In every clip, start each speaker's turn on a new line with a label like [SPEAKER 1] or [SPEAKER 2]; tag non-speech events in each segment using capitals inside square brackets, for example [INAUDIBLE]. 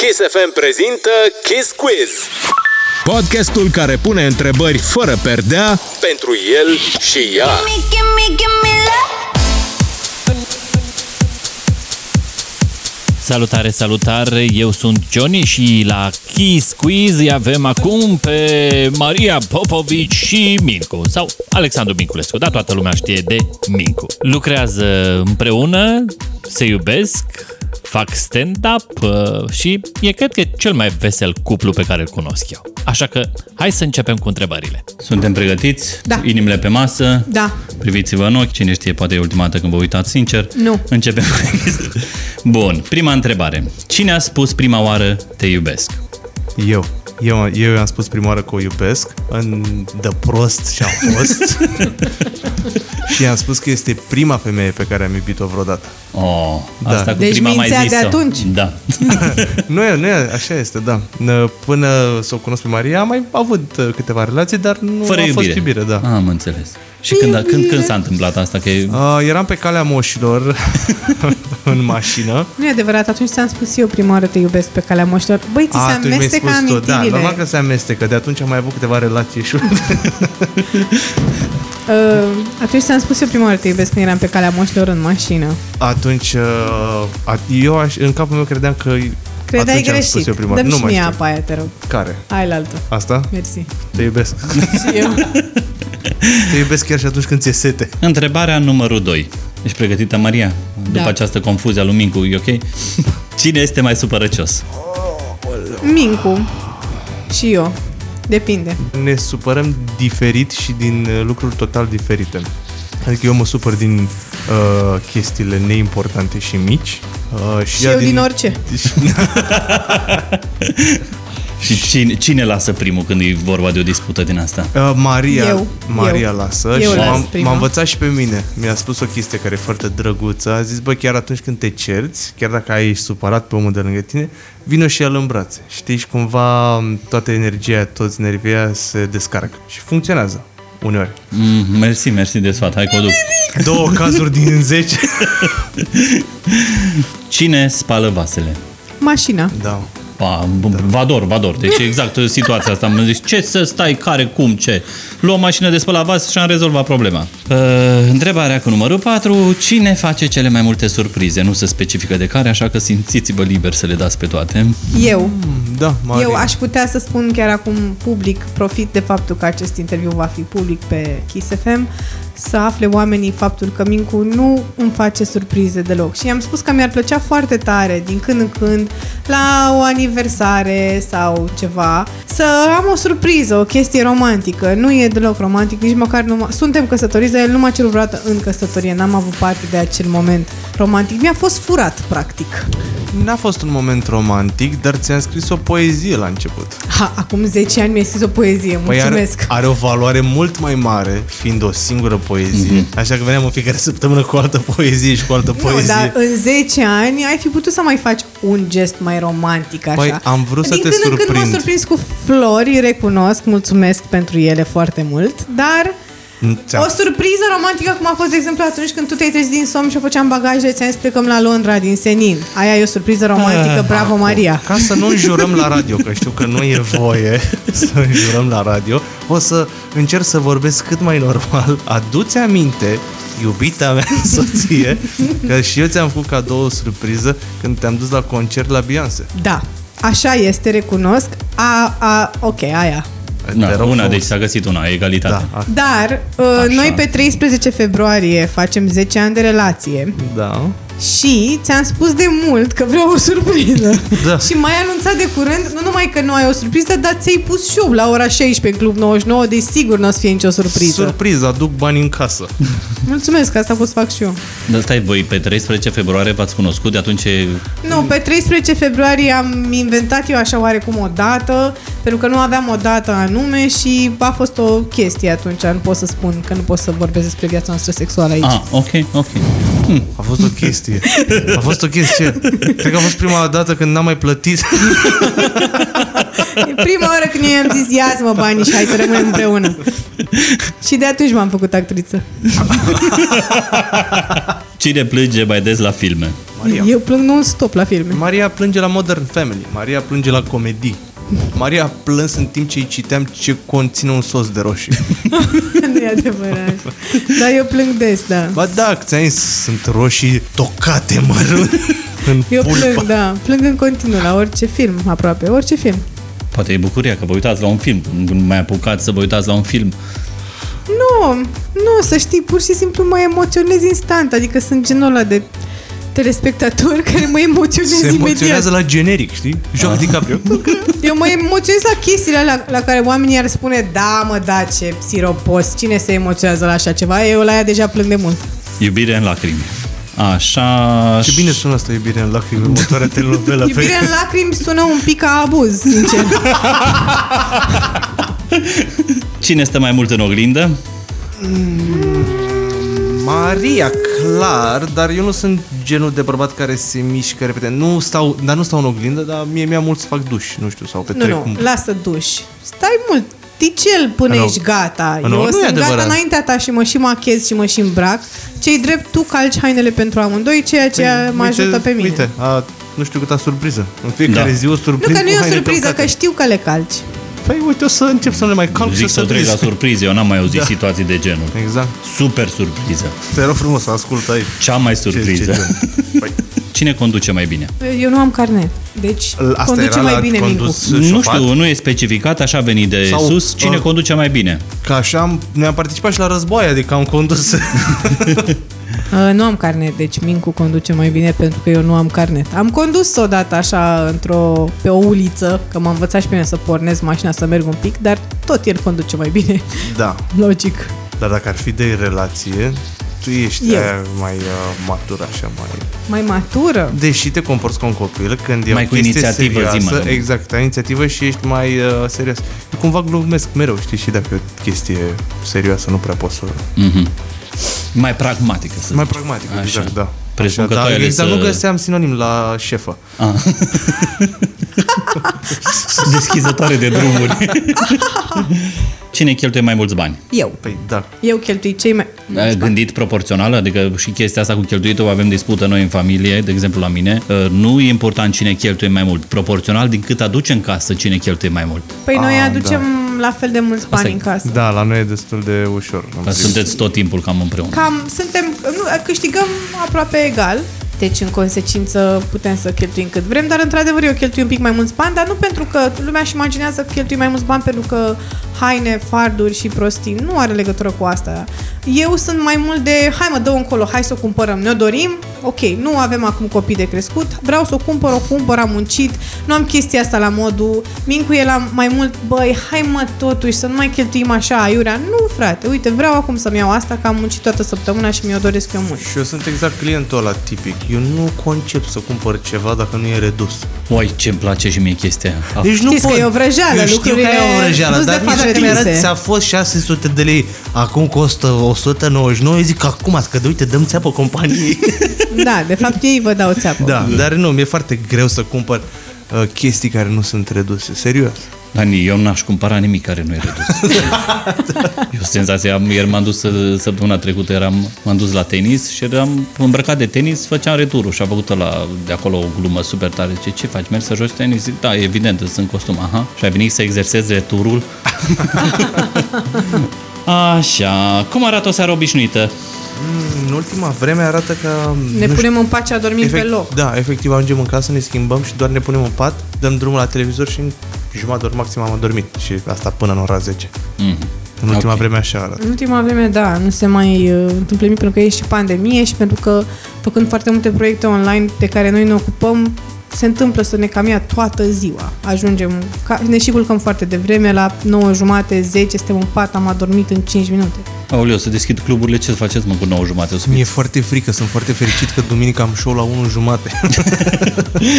[SPEAKER 1] Kiss FM prezintă Kiss Quiz.
[SPEAKER 2] Podcastul care pune întrebări fără perdea
[SPEAKER 1] Pentru el și ea.
[SPEAKER 3] Salutare, salutare, eu sunt Johnny și la Kiss Quiz îi avem acum pe Maria Popovici și Mincu, sau Alexandru Minculescu, da, toată lumea știe de Mincu. Lucrează împreună, se iubesc, fac stand-up uh, și e cred că cel mai vesel cuplu pe care îl cunosc eu. Așa că hai să începem cu întrebările.
[SPEAKER 4] Suntem pregătiți?
[SPEAKER 5] Da.
[SPEAKER 4] Inimile pe masă?
[SPEAKER 5] Da.
[SPEAKER 4] Priviți-vă în ochi, cine știe, poate e ultima dată când vă uitați sincer.
[SPEAKER 5] Nu.
[SPEAKER 4] Începem. Bun, prima întrebare. Cine a spus prima oară te iubesc?
[SPEAKER 6] Eu. Eu, eu i-am spus prima oară că o iubesc în de prost și am
[SPEAKER 5] [LAUGHS]
[SPEAKER 6] fost. și i-am spus că este prima femeie pe care am iubit-o vreodată.
[SPEAKER 4] Oh,
[SPEAKER 6] Da.
[SPEAKER 4] asta cu
[SPEAKER 5] Deci
[SPEAKER 4] prima mai
[SPEAKER 5] mințea de
[SPEAKER 4] zis
[SPEAKER 5] atunci.
[SPEAKER 4] Da.
[SPEAKER 6] Nu e, nu e, așa este, da. N- Până să o cunosc pe Maria, am mai avut uh, câteva relații, dar nu
[SPEAKER 4] Fără
[SPEAKER 6] a
[SPEAKER 4] iubire. Mm.
[SPEAKER 6] fost iubire, da.
[SPEAKER 4] Am înțeles.
[SPEAKER 5] Păi
[SPEAKER 4] Și când, când, când s-a întâmplat asta? Că e...
[SPEAKER 6] Uh, eram pe calea
[SPEAKER 4] [LAUGHS]
[SPEAKER 6] moșilor în mașină.
[SPEAKER 5] Nu e adevărat, atunci ți-am spus eu prima oară te iubesc pe calea moșilor. Băi, ți se
[SPEAKER 6] atunci mi-ai
[SPEAKER 5] amestecă
[SPEAKER 6] spus tu,
[SPEAKER 5] amintirile.
[SPEAKER 6] da, normal că se amestecă. De atunci am mai avut câteva relații
[SPEAKER 5] [LAUGHS]
[SPEAKER 6] și
[SPEAKER 5] Uh, atunci ți-am spus eu prima oară te iubesc când eram pe calea moșilor în mașină.
[SPEAKER 6] atunci uh, a- eu aș, în capul meu credeam că
[SPEAKER 5] Credeai
[SPEAKER 6] atunci am
[SPEAKER 5] greșit.
[SPEAKER 6] spus eu prima oară.
[SPEAKER 5] Dă-mi
[SPEAKER 6] Nu
[SPEAKER 5] și
[SPEAKER 6] mai
[SPEAKER 5] mie
[SPEAKER 6] știu.
[SPEAKER 5] apa aia, te rog.
[SPEAKER 6] Care?
[SPEAKER 5] Hai la altă.
[SPEAKER 6] Asta?
[SPEAKER 5] Mersi. [LAUGHS]
[SPEAKER 6] Te iubesc.
[SPEAKER 5] Și eu.
[SPEAKER 6] Te iubesc chiar și atunci când ți-e sete.
[SPEAKER 4] Întrebarea numărul 2. Ești pregătită, Maria? După
[SPEAKER 5] Da.
[SPEAKER 4] această confuzie a lui Mincu, e
[SPEAKER 5] [LAUGHS]
[SPEAKER 4] ok? Cine este mai supărăcios?
[SPEAKER 5] Mincu. Și eu. Depinde.
[SPEAKER 6] Ne supărăm diferit și din uh, lucruri total diferite. Adică eu mă supăr din uh, chestiile neimportante și mici. Uh, și
[SPEAKER 5] Și
[SPEAKER 6] ea
[SPEAKER 5] eu din orice.
[SPEAKER 4] Și cine, cine lasă primul când e vorba de o dispută din asta?
[SPEAKER 6] Uh, Maria,
[SPEAKER 5] Eu,
[SPEAKER 6] Maria
[SPEAKER 5] eu.
[SPEAKER 6] lasă
[SPEAKER 5] Eu
[SPEAKER 6] și
[SPEAKER 5] las
[SPEAKER 6] m-a,
[SPEAKER 5] prima.
[SPEAKER 6] m-a învățat și pe mine. Mi-a spus o chestie care e foarte drăguță. A zis, bă, chiar atunci când te cerți, chiar dacă ai ești supărat pe omul de lângă tine, vină și el în brațe. Știi, și cumva m, toată energia, toți nervii aia se descarcă. Și funcționează. [LAUGHS] Uneori.
[SPEAKER 4] Mm, mersi, mersi de sfat. Hai că o duc.
[SPEAKER 6] Două cazuri din 10.
[SPEAKER 4] Cine spală vasele?
[SPEAKER 5] Mașina.
[SPEAKER 6] da.
[SPEAKER 4] Pa, b- vador, vador. Deci exact situația asta. Mă zici, ce să stai, care, cum, ce? Luăm mașină de spălat vas și am rezolvat problema. Uh, întrebarea cu numărul 4. Cine face cele mai multe surprize? Nu se specifică de care, așa că simțiți-vă liber să le dați pe toate.
[SPEAKER 5] Eu.
[SPEAKER 6] Da, Maria.
[SPEAKER 5] Eu aș putea să spun chiar acum public, profit de faptul că acest interviu va fi public pe Kiss FM, să afle oamenii faptul că Mincu nu îmi face surprize deloc. Și i-am spus că mi-ar plăcea foarte tare, din când în când, la o aniversare sau ceva, să am o surpriză, o chestie romantică. Nu e deloc romantic, nici măcar nu... m- Suntem căsătoriți, dar el nu m-a cerut vreodată în căsătorie, n-am avut parte de acel moment romantic. Mi-a fost furat, practic.
[SPEAKER 6] N-a fost un moment romantic, dar ți-am scris o poezie la început.
[SPEAKER 5] Ha, acum 10 ani mi-ai scris o poezie,
[SPEAKER 6] Păi
[SPEAKER 5] mulțumesc.
[SPEAKER 6] are, are o valoare mult mai mare, fiind o singură poezie. Mm-hmm. Așa că veneam în fiecare săptămână cu o altă poezie și cu o altă
[SPEAKER 5] Nu,
[SPEAKER 6] poezie.
[SPEAKER 5] dar în 10 ani ai fi putut să mai faci un gest mai romantic așa.
[SPEAKER 6] Păi, am vrut să
[SPEAKER 5] Din
[SPEAKER 6] te
[SPEAKER 5] când în când
[SPEAKER 6] surprind.
[SPEAKER 5] m-am surprins cu flori, recunosc, mulțumesc pentru ele foarte mult, dar
[SPEAKER 6] Ți-am-
[SPEAKER 5] o surpriză romantică cum a fost, de exemplu, atunci când tu te-ai trezit din somn și eu făceam bagaje, ți-am zis plecăm la Londra din senin. Aia e o surpriză
[SPEAKER 6] Ah,
[SPEAKER 5] romantică, bravo Maria.
[SPEAKER 6] Ca să nu înjurăm la radio, că știu că nu e voie [LAUGHS] să înjurăm la radio, o să încerc să vorbesc cât mai normal. Aduți aminte, iubita mea [LAUGHS] soție, că și eu ți-am făcut cadou o surpriză când te-am dus la concert la Beyoncé.
[SPEAKER 5] Da, așa este, recunosc. A, a, ok, aia.
[SPEAKER 6] Te
[SPEAKER 4] Na,
[SPEAKER 6] rog
[SPEAKER 4] una,
[SPEAKER 6] frumos.
[SPEAKER 4] deci s-a găsit una, egalitate.
[SPEAKER 6] Da, a-
[SPEAKER 5] Dar uh, noi pe 13 februarie facem 10 ani de relație.
[SPEAKER 6] da.
[SPEAKER 5] Și ți-am spus de mult că vreau o surpriză.
[SPEAKER 6] Da.
[SPEAKER 5] și mai anunțat de curând, nu numai că nu ai o surpriză, dar ți-ai pus show la ora 16 în Club 99, deci sigur nu o să fie nicio surpriză. Sur-
[SPEAKER 6] Surpriză, aduc bani în casă.
[SPEAKER 5] Mulțumesc, asta pot să fac și eu.
[SPEAKER 4] Dar stai, voi pe 13 februarie v-ați cunoscut, de atunci e...
[SPEAKER 5] Nu, pe 13 februarie am inventat eu așa oarecum o dată, pentru că nu aveam o dată anume și a fost o chestie atunci, nu pot să spun că nu pot să vorbesc despre viața noastră sexuală aici.
[SPEAKER 4] Ah, ok, ok.
[SPEAKER 6] A fost o chestie. A fost o chestie. Cred că a fost prima dată când n-am mai plătit.
[SPEAKER 5] E prima oară când eu i-am zis, ia-ți-mă banii și hai să rămânem împreună. și de atunci m-am făcut actriță.
[SPEAKER 4] Cine plânge mai des la filme?
[SPEAKER 6] Maria.
[SPEAKER 5] Eu plâng non-stop la filme.
[SPEAKER 6] Maria plânge la Modern Family, Maria plânge la comedii. Maria a plâns în timp ce îi citeam ce conține un sos de roșii.
[SPEAKER 5] [LAUGHS] nu e adevărat. Dar eu plâng des, da.
[SPEAKER 6] Ba da, că ți-am zis, sunt roșii tocate, mă, în
[SPEAKER 5] Eu
[SPEAKER 6] pulpa.
[SPEAKER 5] plâng, da. Plâng în continuu la orice film, aproape. Orice film.
[SPEAKER 4] Poate e bucuria că vă uitați la un film. Nu mai apucați să vă uitați la un film.
[SPEAKER 5] Nu, nu, să știi, pur și simplu mă emoționez instant. Adică sunt genul ăla de telespectator [LAUGHS] care mă emoționez
[SPEAKER 6] Se
[SPEAKER 5] imediat.
[SPEAKER 6] emoționează la generic, știi? Joacă DiCaprio.
[SPEAKER 5] Eu mă emoționez la chestiile alea la care oamenii ar spune da, mă, da, ce siropos, cine se emoționează la așa ceva? Eu la ea deja plâng de mult.
[SPEAKER 4] Iubire în lacrimi. Așa...
[SPEAKER 6] Ce bine sună asta, iubire în lacrimi, următoarea telenovelă.
[SPEAKER 5] Iubirea în lacrimi sună un pic ca abuz, sincer.
[SPEAKER 4] Cine stă mai mult în oglindă?
[SPEAKER 6] Maria, clar, dar eu nu sunt genul de bărbat care se mișcă repede. Nu stau, dar nu stau în oglindă, dar mie mi-a mult să fac duș, nu știu, sau
[SPEAKER 5] nu,
[SPEAKER 6] petrec
[SPEAKER 5] nu,
[SPEAKER 6] cum.
[SPEAKER 5] lasă duș. Stai mult, ticel până
[SPEAKER 6] În
[SPEAKER 5] ești
[SPEAKER 6] og-
[SPEAKER 5] gata.
[SPEAKER 6] în
[SPEAKER 5] Eu
[SPEAKER 6] og- nu e
[SPEAKER 5] sunt gata
[SPEAKER 6] adevărat.
[SPEAKER 5] înaintea ta și mă și machez și mă și îmbrac. Cei drept, tu calci hainele pentru amândoi, ceea ce mă
[SPEAKER 6] Păi, Uite,
[SPEAKER 5] ajută pe mine.
[SPEAKER 6] Uite, a, nu știu câta surpriză. În fiecare
[SPEAKER 4] Da.
[SPEAKER 6] zi o surpriză
[SPEAKER 5] Nu că nu
[SPEAKER 6] cu
[SPEAKER 5] e o
[SPEAKER 6] haine
[SPEAKER 5] surpriză,
[SPEAKER 6] tăcate.
[SPEAKER 5] că știu că le calci.
[SPEAKER 6] Păi uite, o să încep să Da. le mai calc
[SPEAKER 4] Zic
[SPEAKER 6] și
[SPEAKER 4] să o trec la surpriză, eu n-am mai auzit situații de genul.
[SPEAKER 6] Exact.
[SPEAKER 4] Super surpriză.
[SPEAKER 6] Te rog frumos, ascultă aici.
[SPEAKER 4] Cea mai surpriză.
[SPEAKER 6] Păi-
[SPEAKER 4] Cine conduce mai bine?
[SPEAKER 5] Eu nu am carnet. Deci
[SPEAKER 6] Asta
[SPEAKER 5] conduce
[SPEAKER 6] era
[SPEAKER 5] mai
[SPEAKER 6] la
[SPEAKER 5] bine
[SPEAKER 6] condus
[SPEAKER 5] Mincu.
[SPEAKER 4] Nu
[SPEAKER 6] șofat?
[SPEAKER 4] știu, nu e specificat, așa a venit de
[SPEAKER 6] Sau,
[SPEAKER 4] sus. Cine
[SPEAKER 6] uh,
[SPEAKER 4] conduce mai bine?
[SPEAKER 6] Că așa am, ne-am participat și la război, adică am
[SPEAKER 4] [LAUGHS]
[SPEAKER 6] condus.
[SPEAKER 5] Uh, nu am carnet, deci Mincu conduce mai bine pentru că eu nu am carnet. Am condus odată așa într-o, pe o uliță, că m-a învățat și pe mine să pornesc mașina, să merg un pic, dar tot el conduce mai bine. [LAUGHS]
[SPEAKER 6] da.
[SPEAKER 5] Logic.
[SPEAKER 6] Dar dacă ar fi de relație, tu ești
[SPEAKER 5] Eu.
[SPEAKER 6] aia mai uh, matur așa mai.
[SPEAKER 5] Mai matură.
[SPEAKER 6] Deși te comporți ca un copil, când e
[SPEAKER 4] Mai
[SPEAKER 6] o
[SPEAKER 4] cu
[SPEAKER 6] chestie
[SPEAKER 4] inițiativă, zi-mă,
[SPEAKER 6] serioasă,
[SPEAKER 4] domnule.
[SPEAKER 6] exact, ai inițiativă și ești mai uh, serios. Eu cumva glumesc mereu, știi, și dacă e o chestie serioasă nu prea poți să...
[SPEAKER 4] Mai pragmatică, să
[SPEAKER 6] Mai
[SPEAKER 4] zic.
[SPEAKER 6] pragmatic,
[SPEAKER 4] Mm. Așa.
[SPEAKER 6] exact, da.
[SPEAKER 4] Presupun că tu
[SPEAKER 6] dar
[SPEAKER 4] ai ales
[SPEAKER 6] exact
[SPEAKER 4] să-
[SPEAKER 6] nu găseam sinonim la șefă.
[SPEAKER 4] Deschizătoare de drumuri. [LAUGHS] Cine cheltuie mai mulți bani?
[SPEAKER 5] Eu.
[SPEAKER 6] Păi da,
[SPEAKER 5] Eu cheltui cei mai...
[SPEAKER 4] Da, Gândit proporțional, adică și chestia asta cu cheltuitul, avem dispută noi în familie, de exemplu la mine, Uh, nu e important cine cheltuie mai mult, proporțional din cât aduce în casă cine cheltuie mai mult.
[SPEAKER 5] Păi noi
[SPEAKER 6] Ah,
[SPEAKER 5] aducem la fel de mulți bani
[SPEAKER 4] Asta-i-
[SPEAKER 5] în casă.
[SPEAKER 6] da, la noi e destul de ușor. am
[SPEAKER 4] Că
[SPEAKER 6] zis.
[SPEAKER 4] sunteți tot timpul cam împreună.
[SPEAKER 5] Cam suntem, nu, câștigăm aproape egal. Deci, în consecință, putem să cheltuim cât vrem, dar, într-adevăr, eu cheltui un pic mai mulți bani, dar nu pentru că lumea își imaginează că cheltui mai mulți bani pentru că haine, farduri și prostii nu are legătură cu asta. Eu sunt mai mult de, hai mă, dă încolo, hai să o cumpărăm, ne-o dorim, ok, nu avem acum copii de crescut, vreau să o cumpăr, o cumpăr, am muncit, nu am chestia asta la modul, mincu e la mai mult, băi, hai mă totuși să nu mai cheltuim așa aiurea, nu frate, uite, vreau acum să-mi iau asta că am muncit toată săptămâna și mi-o doresc eu mult.
[SPEAKER 6] Și eu sunt exact clientul ăla tipic. Eu nu concep să cumpăr ceva dacă nu e redus.
[SPEAKER 4] Oi, ce-mi place și mie chestia aia. Ah,
[SPEAKER 6] Deci nu
[SPEAKER 5] Știți
[SPEAKER 6] pot.
[SPEAKER 5] că e o vrăjeală,
[SPEAKER 6] Eu știu că
[SPEAKER 5] lucrurile
[SPEAKER 6] e o vrăjeală,
[SPEAKER 5] nu-s de
[SPEAKER 6] dar
[SPEAKER 5] fapt
[SPEAKER 6] nici când
[SPEAKER 5] atinse.
[SPEAKER 6] arăt, ți-a fost 600 de lei, acum costă 199, eu zic acum, că de uite, dăm țeapă [LAUGHS] companiei.
[SPEAKER 5] Da, de fapt ei vă dau țeapă.
[SPEAKER 6] da, dar nu, mi-e foarte greu să cumpăr uh, chestii care nu sunt reduse, serios.
[SPEAKER 4] Dani, eu n-aș cumpăra nimic care nu e [LAUGHS] redus. eu senzația, am- ieri m-am dus să- săptămâna trecută, eram, m-am dus la tenis și eram îmbrăcat de tenis, făceam returul și a făcut la de acolo o glumă super tare. Ce, ce faci, mergi să joci tenis? Zic, da, evident, sunt în costum, aha. Și a venit să exersez returul. [LAUGHS] Așa, cum arată o seară obișnuită?
[SPEAKER 6] În ultima vreme arată că... mm,
[SPEAKER 5] Ne
[SPEAKER 6] nu
[SPEAKER 5] punem în pace, adormim pe
[SPEAKER 6] efect,
[SPEAKER 5] loc.
[SPEAKER 6] Da, efectiv ajungem în casă, ne schimbăm și doar ne punem în pat, dăm drumul la televizor și în jumătate de oră maxim am adormit. Și asta până în ora 10.
[SPEAKER 4] Mhm.
[SPEAKER 6] În ultima
[SPEAKER 4] Ok.
[SPEAKER 6] vreme așa arată.
[SPEAKER 5] În ultima vreme, da, nu se mai uh, întâmplă nimic pentru că e și pandemie și pentru că făcând foarte multe proiecte online de care noi ne ocupăm, se întâmplă să ne cam ia toată ziua. Ajungem, ca, ne și culcăm foarte devreme, la 9 jumate, 10, suntem în pat, am adormit în 5 minute.
[SPEAKER 4] Aoleu, să deschid cluburile, ce faceți mă cu 9 jumate? O să
[SPEAKER 6] Mi-e
[SPEAKER 4] fie
[SPEAKER 6] foarte frică, sunt foarte fericit că duminică am show la 1 jumate.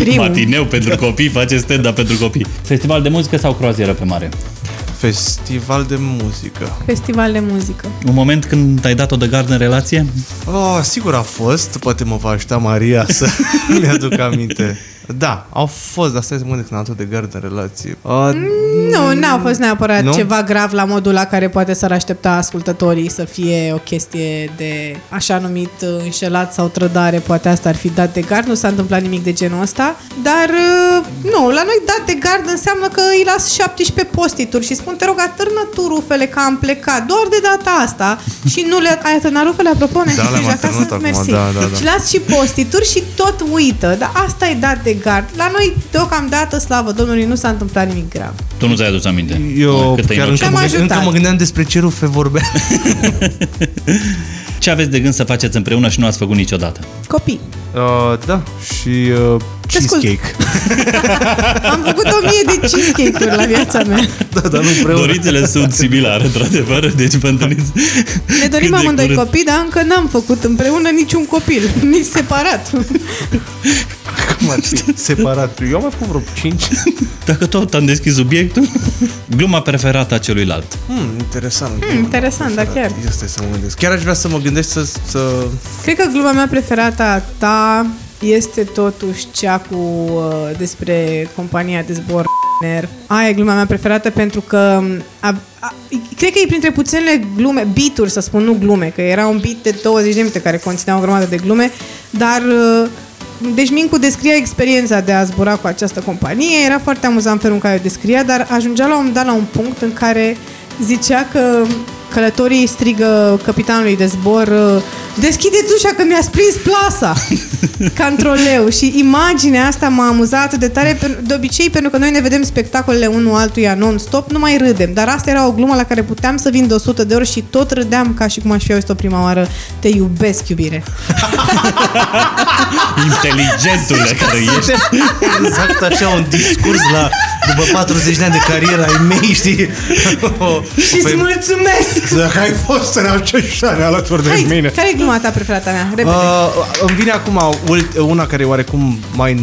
[SPEAKER 5] Primul,
[SPEAKER 4] matineu pentru copii, face stand-up pentru copii. Festival de muzică sau croazieră pe mare?
[SPEAKER 6] Festival de muzică.
[SPEAKER 5] festival de muzică.
[SPEAKER 4] Un moment când ai dat-o de gard în relație?
[SPEAKER 6] Oh, sigur a fost, poate mă va ajuta Maria să [LAUGHS] mi-aduc aminte. Da, au fost, dar stai să mă gândesc, n-am tot de gard în relație. Uh,
[SPEAKER 5] Nu, n-a fost neapărat
[SPEAKER 6] Nu?
[SPEAKER 5] nu? ceva grav la modul la care poate s-ar aștepta ascultătorii să fie o chestie de așa numit uh, înșelat sau trădare, poate asta ar fi dat de gard, nu s-a întâmplat nimic de genul ăsta, dar uh, nu, la noi dat de gard înseamnă că îi las 17 postituri și spun te rog atârnă tu rufele că am plecat, doar de data asta
[SPEAKER 6] [LAUGHS]
[SPEAKER 5] și nu le ai atârnat rufele, apropo, ne
[SPEAKER 6] Da, le-am atârnat acum, da, da, da.
[SPEAKER 5] Și las și postituri și tot uită, dar asta e dat de gard. La noi deocamdată, slavă Domnului, nu s-a întâmplat nimic grav.
[SPEAKER 4] Tu nu ți-ai adus aminte?
[SPEAKER 6] eu
[SPEAKER 4] Cât te
[SPEAKER 6] chiar
[SPEAKER 4] inocenți.
[SPEAKER 6] încă
[SPEAKER 5] Și-am
[SPEAKER 6] mă, gândeam,
[SPEAKER 5] ajutat.
[SPEAKER 6] încă mă gândeam despre ce rufe vorbea. [LAUGHS]
[SPEAKER 4] Ce aveți de gând să faceți împreună și nu ați făcut niciodată?
[SPEAKER 5] Copii.
[SPEAKER 6] Uh, da, și uh,
[SPEAKER 5] Te ascult.
[SPEAKER 6] cheesecake.
[SPEAKER 5] Am făcut o mie de cheesecake-uri la viața mea.
[SPEAKER 6] [LAUGHS] da, dar nu împreună.
[SPEAKER 4] Dorințele sunt [LAUGHS] similare, într-adevăr, deci vă întâlniți.
[SPEAKER 5] Ne dorim
[SPEAKER 4] cât de
[SPEAKER 5] amândoi
[SPEAKER 4] curând.
[SPEAKER 5] copii, dar încă n-am făcut împreună niciun copil, [LAUGHS] nici separat. Hmm,
[SPEAKER 6] Cum ar fi? [LAUGHS] Separat. Eu am mai făcut vreo 5.
[SPEAKER 4] Dacă tot am deschis subiectul, [LAUGHS] gluma preferată a celuilalt.
[SPEAKER 6] Hmm, interesant.
[SPEAKER 5] interesant, da, chiar.
[SPEAKER 6] Eu stai să mă gândesc. Chiar aș vrea să mă gândesc să... să...
[SPEAKER 5] Cred că gluma mea preferată a ta este totuși cea cu uh, despre compania de zbor Air. Aia e gluma mea preferată pentru că mm, a, a, cred că e printre puținele glume, bituri să spun, nu glume, că era un bit de 20 de minute care conținea o grămadă de glume, dar uh, Deci Mincu descria experiența de a zbura cu această companie, era foarte amuzant felul în care o descria, dar ajungea la un moment dat la un punct în care zicea că călătorii strigă capitanului de zbor deschideți ușa că mi-a prins plasa ca într-o leu și imaginea asta m-a amuzat atât de tare pe- de obicei pentru că noi ne vedem spectacolele unul altuia non-stop, nu mai râdem dar asta era o glumă la care puteam să vin de 100 de ori și tot râdeam ca și cum aș fi auzit-o prima oară te iubesc iubire [LAUGHS]
[SPEAKER 4] Inteligentule care ești.
[SPEAKER 6] Exact așa un discurs la... După 40 de ani de carieră ai mei, știi?
[SPEAKER 5] și îți mulțumesc
[SPEAKER 7] Dacă ai fost în acești ani alături de mine.
[SPEAKER 5] Hai, care e gluma ta preferată mea? Repede. Uh,
[SPEAKER 6] Uh, îmi vine acum ult- una care e oarecum mai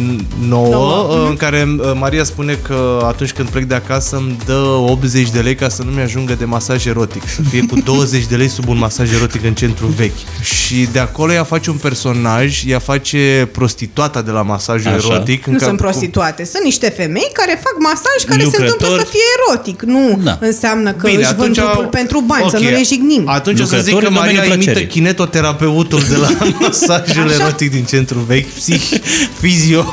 [SPEAKER 6] nouă,
[SPEAKER 5] Nouă,
[SPEAKER 7] Mhm.
[SPEAKER 6] nouă. în care uh, Maria spune că atunci când plec de acasă îmi dă 80 de lei ca să nu-mi ajungă de masaj erotic. Să fie cu 20 de lei sub un masaj erotic în centru vechi. Și de acolo ea face un personaj, ea face prostituata de la masajul
[SPEAKER 4] Așa.
[SPEAKER 6] erotic. în
[SPEAKER 5] nu
[SPEAKER 6] ca-
[SPEAKER 5] sunt
[SPEAKER 6] cu-
[SPEAKER 5] prostituate, sunt niște femei care fac masaj care
[SPEAKER 4] Lucrător.
[SPEAKER 5] se întâmplă să fie erotic. Nu
[SPEAKER 4] Da.
[SPEAKER 5] da. înseamnă că Bine, își vând trupul pentru bani, okay. să nu
[SPEAKER 6] ok.
[SPEAKER 5] le jignim. At-
[SPEAKER 6] Atunci o să zic
[SPEAKER 4] Lucrători
[SPEAKER 6] că
[SPEAKER 4] în
[SPEAKER 6] Maria
[SPEAKER 4] domeniul
[SPEAKER 6] imită
[SPEAKER 4] plăcerii.
[SPEAKER 6] kinetoterapeutul de
[SPEAKER 5] [LAUGHS]
[SPEAKER 6] la masajul
[SPEAKER 5] Așa.
[SPEAKER 6] erotic din centru vechi,
[SPEAKER 5] [LAUGHS]
[SPEAKER 6] psih, fizio,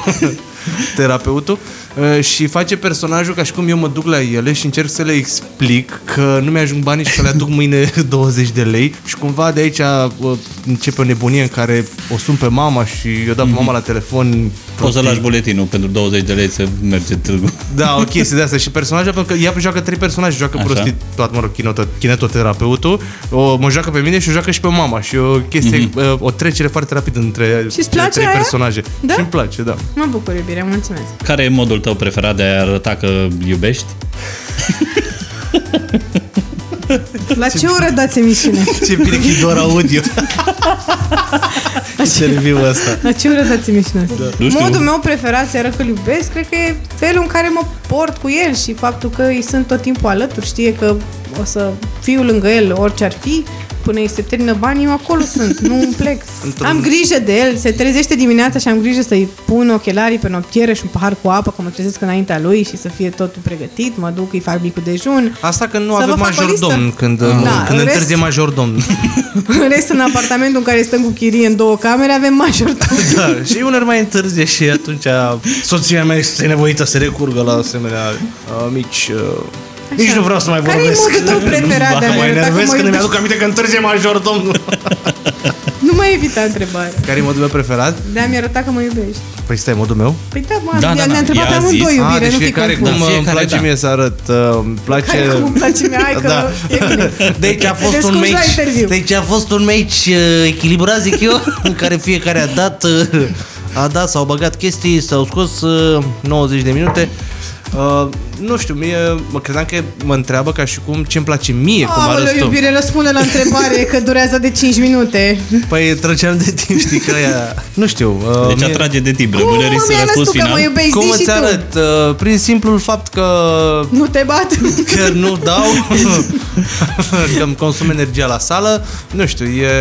[SPEAKER 6] terapeutul uh, și face personajul ca și cum eu mă duc la ele și încerc să le explic că nu mi-ajung banii și că le aduc mâine [LAUGHS] 20 de lei și cumva de aici uh, începe o nebunie în care o sun pe mama și eu dau pe mama la telefon
[SPEAKER 4] Poți să lași buletinul pentru 20 de lei să merge târgu.
[SPEAKER 6] da, o chestie de asta și personajul, pentru că ea joacă trei personaje, joacă
[SPEAKER 4] Așa.
[SPEAKER 6] prostituat, mă rog, chinoto- kinetoterapeutul, o, mă joacă pe mine și o joacă și pe mama și o chestie, mm-hmm. o trecere foarte rapidă între
[SPEAKER 5] Și-ți
[SPEAKER 6] cele
[SPEAKER 5] place
[SPEAKER 6] trei
[SPEAKER 5] aia?
[SPEAKER 6] personaje.
[SPEAKER 5] Da?
[SPEAKER 6] Și îmi place, da.
[SPEAKER 5] mă bucur, iubire, mulțumesc.
[SPEAKER 4] Care e modul tău preferat de a arăta că iubești?
[SPEAKER 5] La ce oră dați emisiune?
[SPEAKER 6] Ce bine că e doar
[SPEAKER 5] [LAUGHS]
[SPEAKER 6] audio. Interviul ăsta.
[SPEAKER 5] La ce oră dați emisiune?
[SPEAKER 4] Nu știu.
[SPEAKER 5] Da. Modul meu preferat să arăt că iubesc, cred că e felul în care mă port cu el și faptul că îi sunt tot timpul alături, știe că o să fiu lângă el orice ar fi, până îi se termină banii, eu acolo sunt, nu îmi
[SPEAKER 4] [LAUGHS]
[SPEAKER 5] plec.
[SPEAKER 6] Într-un-
[SPEAKER 5] Am grijă de el, se trezește dimineața și am grijă să-i pun ochelarii pe noptiere și un pahar cu apă, că mă trezesc înaintea lui și să fie totul pregătit, mă duc, îi fac micul dejun.
[SPEAKER 4] Ah.
[SPEAKER 6] Asta că nu
[SPEAKER 5] Să
[SPEAKER 6] avem
[SPEAKER 5] vă fac o
[SPEAKER 6] majordom,
[SPEAKER 5] listă.
[SPEAKER 6] când,
[SPEAKER 5] Da,
[SPEAKER 6] când
[SPEAKER 5] în rest-
[SPEAKER 6] întârzie majordom.
[SPEAKER 5] [LAUGHS] În rest, în apartamentul în care stăm cu chirie în două camere, avem majordomul.
[SPEAKER 6] da, și uneori mai întârzie și atunci soția mea este nevoită să recurgă la asemenea uh, mici... Uh,
[SPEAKER 7] Nici nu vreau să mai
[SPEAKER 5] Care e
[SPEAKER 7] vorbesc.
[SPEAKER 5] modul
[SPEAKER 6] [LAUGHS]
[SPEAKER 5] tău preferat de a
[SPEAKER 7] Mă
[SPEAKER 5] mă
[SPEAKER 7] mai
[SPEAKER 5] arăta că
[SPEAKER 7] enervez
[SPEAKER 5] mă
[SPEAKER 7] când îmi
[SPEAKER 5] iubești?
[SPEAKER 7] aduc aminte că întârzie major, domnul.
[SPEAKER 5] [LAUGHS] Nu mai evita întrebarea.
[SPEAKER 6] Care e modul meu preferat?
[SPEAKER 5] Da, mi-a arătat că mă iubești.
[SPEAKER 6] Păi stai, modul meu?
[SPEAKER 5] Păi da, mă,
[SPEAKER 4] Da,
[SPEAKER 5] da,
[SPEAKER 4] da,
[SPEAKER 5] ne-a
[SPEAKER 4] da.
[SPEAKER 5] întrebat
[SPEAKER 4] Ea
[SPEAKER 5] pe
[SPEAKER 4] a
[SPEAKER 5] amândoi,
[SPEAKER 4] zis.
[SPEAKER 5] iubire,
[SPEAKER 6] Ah,
[SPEAKER 5] nu
[SPEAKER 6] deci
[SPEAKER 5] fi
[SPEAKER 6] fiecare
[SPEAKER 5] confuz.
[SPEAKER 6] cum
[SPEAKER 4] Da,
[SPEAKER 6] da, îmi
[SPEAKER 4] fiecare,
[SPEAKER 6] place
[SPEAKER 4] da.
[SPEAKER 6] mie să arăt. uh, Îmi place...
[SPEAKER 5] Care cum îmi place mie, hai că
[SPEAKER 6] Da.
[SPEAKER 5] e bine.
[SPEAKER 6] [LAUGHS] Deci a fost
[SPEAKER 5] descurci
[SPEAKER 6] un
[SPEAKER 5] la
[SPEAKER 6] meci,
[SPEAKER 5] interviu.
[SPEAKER 6] deci a fost un meci uh, echilibrat, zic eu, [LAUGHS] în care fiecare a dat, uh, a dat, s-au băgat chestii, s-au scos uh, 90 de minute. Uh, nu știu, mie, mă credeam că mă întreabă ca și cum ce-mi place mie, cum
[SPEAKER 5] Aoleu,
[SPEAKER 6] arăți tu.
[SPEAKER 5] iubire, răspunde la întrebare, că durează de 5 minute.
[SPEAKER 6] Păi trăgeam de timp, știi, că
[SPEAKER 5] [LAUGHS]
[SPEAKER 6] aia... Nu știu. uh,
[SPEAKER 4] Deci
[SPEAKER 6] mie-
[SPEAKER 4] atrage de timp.
[SPEAKER 5] Cum
[SPEAKER 4] Rămâne să
[SPEAKER 5] mi-ai
[SPEAKER 4] răspuns
[SPEAKER 5] răspuns că mă
[SPEAKER 4] final.
[SPEAKER 5] iubești,
[SPEAKER 6] Cum
[SPEAKER 5] zi și
[SPEAKER 6] îți
[SPEAKER 5] tu.
[SPEAKER 6] arăt? Uh, Prin simplul fapt că
[SPEAKER 5] Nu te bat?
[SPEAKER 6] că nu dau, [LAUGHS] că îmi consum energia la sală, nu știu, e...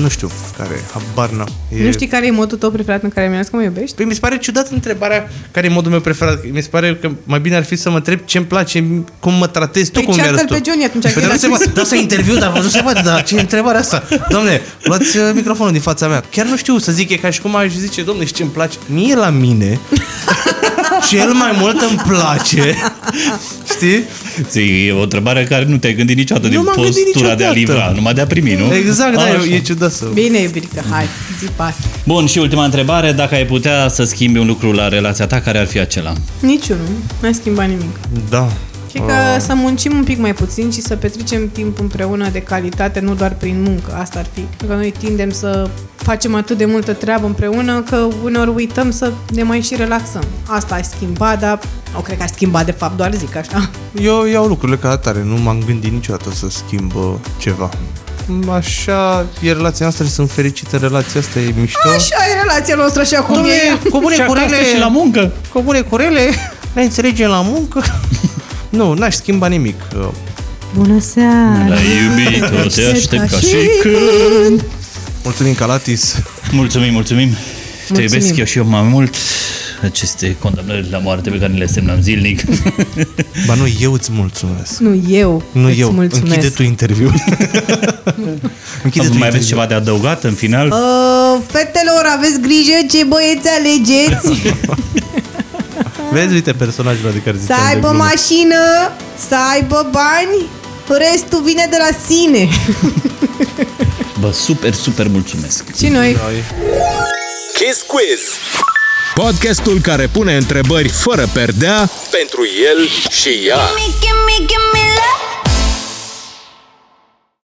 [SPEAKER 6] Nu știu care, habar n e...
[SPEAKER 5] nu știi care e modul tău preferat în care mi-ai zis că mă iubești?
[SPEAKER 6] Păi mi se pare ciudat întrebarea care e modul meu preferat. Mi se pare că mai bine ar fi să mă întreb ce-mi place, cum mă tratezi tu,
[SPEAKER 5] Păi
[SPEAKER 6] cum mi-arăți
[SPEAKER 5] cearcă-l
[SPEAKER 6] tu.
[SPEAKER 5] pe Johnny atunci, că
[SPEAKER 6] Păi, dar nu
[SPEAKER 5] el
[SPEAKER 6] se
[SPEAKER 5] a [LAUGHS]
[SPEAKER 6] poate.
[SPEAKER 5] spus.
[SPEAKER 6] Dau să interviu, dar nu se poate, dar ce întrebare asta? Domne, luați uh, microfonul din fața mea. Chiar nu știu să zic, e ca și cum aș zice, domne, și ce-mi place mie la
[SPEAKER 5] [LAUGHS]
[SPEAKER 6] mine, cel mai mult îmi place, știi?
[SPEAKER 4] Zi, E o întrebare care nu te-ai gândit niciodată
[SPEAKER 6] Nu
[SPEAKER 4] din
[SPEAKER 6] m-am
[SPEAKER 4] postura
[SPEAKER 6] gândit
[SPEAKER 4] de a
[SPEAKER 6] niciodată.
[SPEAKER 4] livra, numai de a primi, nu?
[SPEAKER 6] Exact, da,
[SPEAKER 4] Așa.
[SPEAKER 6] e, e ciudat să...
[SPEAKER 5] Bine, iubirică, hai, zi pe asta.
[SPEAKER 4] Bun, și ultima întrebare, dacă ai putea să schimbi un lucru la relația ta, care ar fi acela?
[SPEAKER 5] Niciunul, n-ai schimbat nimic.
[SPEAKER 6] Da.
[SPEAKER 5] Cred că să muncim un pic mai puțin și să petrecem timp împreună de calitate, nu doar prin muncă, asta ar fi. Pentru Că noi tindem să facem atât de multă treabă împreună că uneori uităm să ne mai și relaxăm. Asta ai schimbat, dar nu cred că ai schimbat de fapt, doar zic așa.
[SPEAKER 6] Eu iau lucrurile ca atare, nu m-am gândit niciodată să schimb uh, ceva. Așa e relația noastră și sunt fericit în relația asta, e mișto.
[SPEAKER 5] Așa e relația noastră, așa cum e. ea.
[SPEAKER 6] cu bune
[SPEAKER 4] și acasă și la muncă.
[SPEAKER 6] cu bune curele, ne înțelegem la muncă. [LAUGHS] nu, n-aș schimba nimic. Uh,
[SPEAKER 5] Bună seara!
[SPEAKER 4] La iubito, te aștept ca și
[SPEAKER 5] când
[SPEAKER 6] Mulțumim, Calatis.
[SPEAKER 4] Mulțumim, mulțumim. Te
[SPEAKER 5] Mulțumim.
[SPEAKER 4] iubesc eu și eu mai mult aceste condamnări la moarte pe care le semnăm zilnic.
[SPEAKER 6] Ba nu, eu îți mulțumesc.
[SPEAKER 5] Nu eu,
[SPEAKER 6] Nu
[SPEAKER 5] îți
[SPEAKER 6] eu.
[SPEAKER 5] mulțumesc.
[SPEAKER 6] Închide tu
[SPEAKER 4] [LAUGHS]
[SPEAKER 6] interviul. Închide
[SPEAKER 4] mai aveți
[SPEAKER 6] tu interviul.
[SPEAKER 4] ceva de adăugat în final?
[SPEAKER 5] Uh, fetelor, aveți grijă ce băieți alegeți!
[SPEAKER 6] Vezi, uite personajul ăla de care
[SPEAKER 5] Să
[SPEAKER 6] ziceam de
[SPEAKER 5] aibă
[SPEAKER 6] glumă.
[SPEAKER 5] mașină, să aibă bani, restul vine de la sine.
[SPEAKER 4] Bă, super, super mulțumesc.
[SPEAKER 5] Și noi.
[SPEAKER 1] Kiss Quiz.
[SPEAKER 2] Podcastul care pune întrebări fără perdea
[SPEAKER 1] Pentru el și ea.
[SPEAKER 8] Gimme, gimme, gimme love.